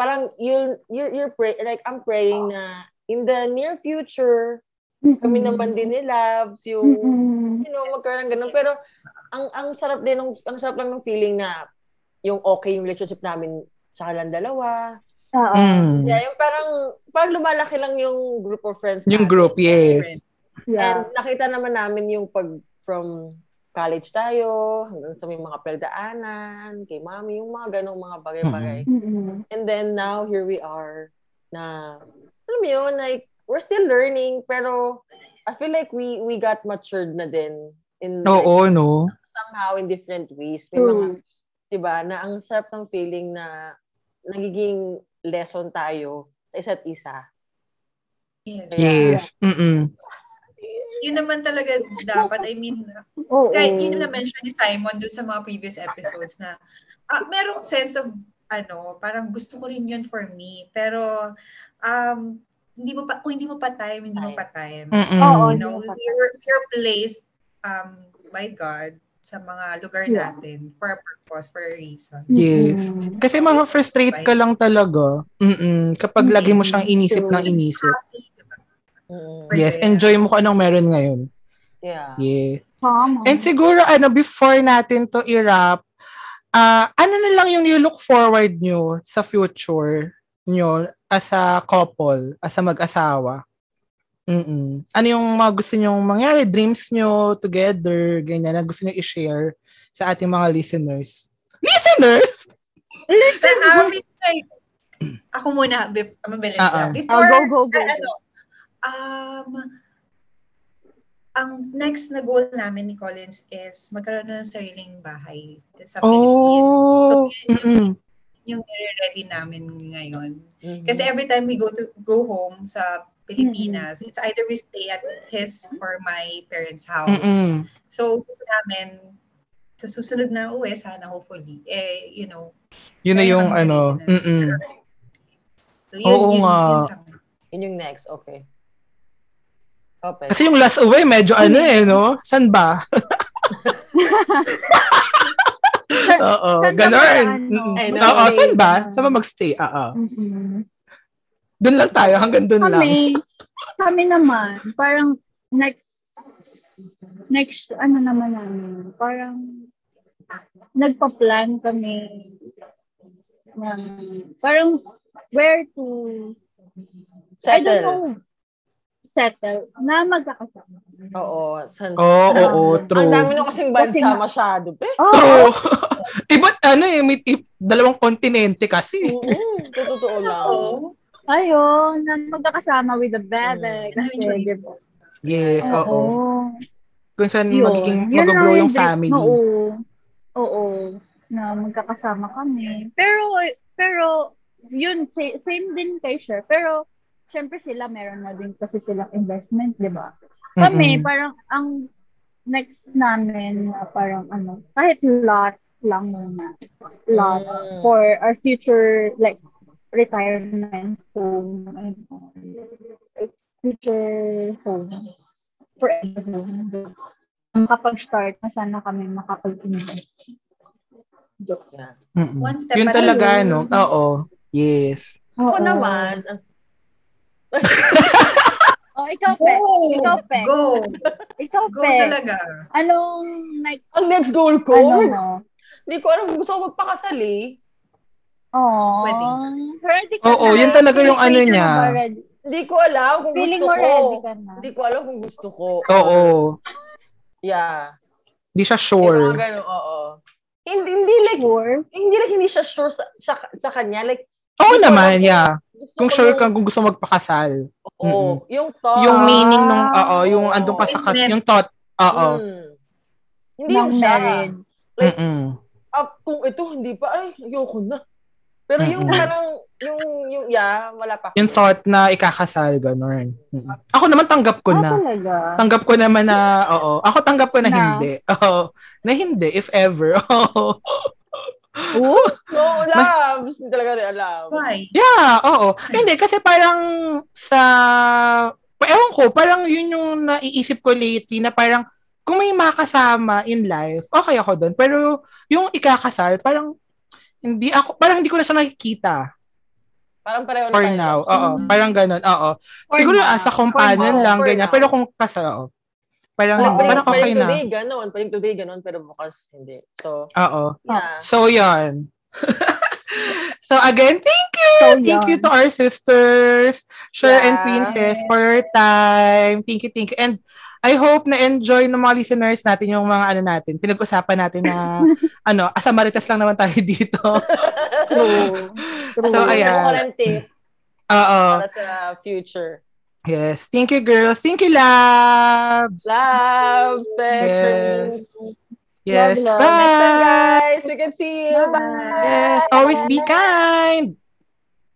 S3: parang you'll, you're, you're pray, like, I'm praying na, in the near future, kami
S1: Mm.
S3: naman din ni Labs, yung,
S2: Mm-mm.
S3: you know, magkaroon ng ganun. Pero, ang ang sarap din, ng, ang sarap lang ng feeling na yung okay yung relationship namin sa kalang dalawa.
S2: Oo.
S1: Mm.
S3: Yeah, yung parang, parang lumalaki lang yung group of friends.
S1: Yung
S3: namin.
S1: group, yes.
S2: Yeah.
S3: And nakita naman namin yung pag, from college tayo, hanggang sa may mga pagdaanan, kay mami, yung mga ganong mga bagay-bagay.
S2: Mm-mm.
S3: And then now here we are na alam mo yun, like we're still learning pero I feel like we we got matured na din in like,
S1: Oo, no?
S3: somehow in different ways. May mga,
S2: True.
S3: 'di ba, na ang sarap ng feeling na nagiging lesson tayo sa isa't isa.
S4: Yes.
S1: Yes. Mm-mm.
S4: Yun naman talaga dapat. I mean,
S2: Oo.
S4: kahit yun na mention ni Simon dun sa mga previous episodes na ah, merong sense of ano, parang gusto ko rin yun for me. Pero um, hindi mo pa kung hindi mo pa time, hindi mo pa time.
S1: Mm-mm.
S2: Oo.
S4: You know, we were, we were placed um, by God sa mga lugar
S2: Yeah.
S4: natin for a purpose, for a reason.
S1: Yes.
S2: Mm-mm.
S1: Kasi ma-frustrate ka lang talaga. Mm-mm. Kapag lagi mo siyang inisip ng inisip.
S3: Mm.
S1: Yes, enjoy mo kung anong meron ngayon.
S3: Yeah.
S1: Yes.
S2: Tama.
S1: And
S2: (laughs)
S1: siguro, ano, before natin to i-wrap, ah, ano na lang yung you-look forward nyo sa future nyo as a couple, as a mag-asawa? Mm-mm. Ano yung mga gusto nyong mangyari? Dreams nyo together, ganyan, na gusto nyo i-share sa ating mga listeners? Listeners?
S4: Sa amin, um, like, ako muna, be- mabilis
S1: Ah, ah.
S4: lang.
S2: Oh,
S4: Before,
S2: go, go, go.
S4: Ah, ano, um, ang next na goal namin ni Collins is magkaroon na ng sariling bahay sa Philippines. So,
S1: Oh.
S4: yun yung,
S1: Mm-mm.
S4: yung ready namin ngayon.
S3: Mhm.
S4: Kasi every time we go to go home sa Pilipinas, it's either we stay at his or my parents' house.
S1: Mm-mm.
S4: So, gusto namin, sa susunod na uwi, sana hopefully, eh, you know,
S1: Yun na
S4: Meron
S1: yung
S4: kang
S1: ano.
S4: sarili na-
S1: Mm-mm.
S4: so yun,
S1: Oo
S4: yun,
S1: nga.
S4: yun sa amin.
S3: yun yung next, okay. Okay.
S1: Kasi yung last away, medyo ano eh, no? San ba? Oo,
S2: saan ka
S1: ganun.
S2: ba, ano?
S1: Mm.
S3: Ay,
S1: Oo,
S3: nababay.
S1: Ah, san ba? Saan ba magstay? Oo.
S2: Mm-mm.
S1: Ah, Doon lang tayo, hanggang doon lang.
S2: Kami, kami naman, parang next, next, ano naman namin, parang nagpa-plan kami ng, parang where to, I don't know,
S3: Settle.
S2: settle, na magkakasama.
S3: Oo. San-
S1: Oo, oh, oo,
S3: Ang
S1: true.
S3: dami na kasing bansa
S2: Kasi nga-
S3: masyado, (laughs) pe.
S1: True. (laughs) Iba't ano eh, may, i- dalawang kontinente kasi.
S3: Mm-mm. Sa Mm-hmm. Totoo lang.
S4: Oo.
S2: Ayun, na magkakasama with the bebe.
S4: And
S2: Kasi,
S4: enjoy
S2: di
S4: it.
S2: ba?
S1: Yes, oo.
S2: Oo.
S1: Kung saan
S2: Yun.
S1: magiging
S2: Yun
S1: mag-grow
S2: lang
S1: yung
S2: dream-
S1: family.
S2: Oo. Oo. Na magkakasama kami. Pero, pero, yun, sa- same din kay Cher. Pero, syempre sila, meron na din kasi silang investment, di ba? Kami,
S1: Mm-mm.
S2: parang, ang next namin, na parang, ano, kahit lot lang muna. Lot
S3: Mm.
S2: for our future, like, retirement home and all. Like, future home. For everyone. Makapag-start na sana kami makapag-invest. Joke.
S1: Mm-mm.
S4: One step
S1: Yun
S4: at a
S1: talaga,
S4: time.
S1: no? Oo. Yes.
S3: Ako naman, ang
S2: Oh, ikaw,
S4: Go!
S2: Pe. Ikaw, Pe.
S4: Go!
S2: Ikaw,
S4: Go
S2: Pe.
S4: talaga.
S2: Anong, like,
S3: ang next goal ko,
S2: ano mo?
S3: hindi ko alam, gusto ko magpakasal eh.
S2: Oh,
S4: Wedding.
S2: ready ka
S1: Oo,
S2: na.
S1: yun talaga yung ano
S2: Feeling ka na
S1: niya.
S2: ba ready?
S3: Hindi ko alam kung
S2: Feeling
S3: gusto
S2: mo
S3: ko.
S2: ready ka na.
S3: Hindi ko alam kung gusto ko.
S1: Oo.
S3: Yeah.
S1: Di siya
S3: Yung mga
S1: sure.
S3: ganun, oo. Hindi, hindi like,
S2: Sure?
S3: hindi like hindi siya sure sa, sa, sa kanya. Like,
S1: Oo
S3: Hindi ko
S1: naman,
S3: alam.
S1: yeah.
S3: gusto
S1: Kung
S3: ko
S1: sure
S3: yung-
S1: kang kung gusto magpakasal.
S3: Oo. Yung thought.
S1: Yung meaning nung, oo, yung
S3: Oo.
S1: andun ka sa kas,
S4: Commitment.
S1: yung thought. Oo.
S3: Mm. Hindi
S2: Ng
S3: yung siya.
S2: married.
S1: Mm-mm.
S3: Ah, kung ito, hindi pa, ay, ayoko na. Pero yung
S1: Mm-mm.
S3: parang, yung, yung, yeah, wala pa.
S1: Yung thought na ikakasal, gano'n. Mm-mm. Ako naman tanggap ko
S2: Ah,
S1: na.
S2: talaga?
S1: Tanggap ko naman na, oo. Ako tanggap ko na,
S2: Na?
S1: hindi. Oo. Na hindi, if ever. (laughs) Oo.
S3: No, alam. Gusto talaga rin alam.
S4: Why?
S1: Yeah, oo. Hindi, kasi parang sa... Ewan ko, parang yun yung naiisip ko lately na parang kung may makasama in life, okay ako doon. Pero yung ikakasal, parang hindi ako, parang hindi ko na siya nakikita
S3: Parang pareho na
S1: for
S3: tayo.
S1: now. Oo,
S3: Mm.
S1: parang ganun. Oo.
S2: Mm-hmm. For
S1: Siguro
S2: now.
S1: as a companion
S3: now.
S1: lang,
S3: For
S1: ganyan.
S3: now.
S1: Pero kung kasal, oo. Parang,
S2: Oo.
S1: parang
S3: Pwede
S1: okay na.
S3: today, ganun. Pwede today, ganun. Pero bukas, hindi. So,
S1: Oo. (laughs)
S3: yeah.
S1: So, yon. so, again, thank you!
S2: So,
S1: thank
S2: yun.
S1: you to our sisters, Cher and
S3: Yeah.
S1: Princess, for your time. Thank you, thank you. And I hope na-enjoy ng mga listeners natin yung mga ano natin, pinag-usapan natin
S2: (laughs)
S1: na, ano, asamaritas lang naman tayo dito. (laughs)
S2: True. True.
S1: So, ayan. Oh.
S3: Ako rin tip
S1: Oo.
S3: para sa future.
S1: Yes. Thank you, girls. Thank you, labs.
S3: Love, veterans.
S1: Yes.
S2: Love, love.
S1: Bye.
S3: Next time, guys. We can see you. Bye.
S1: Yes. Always be kind.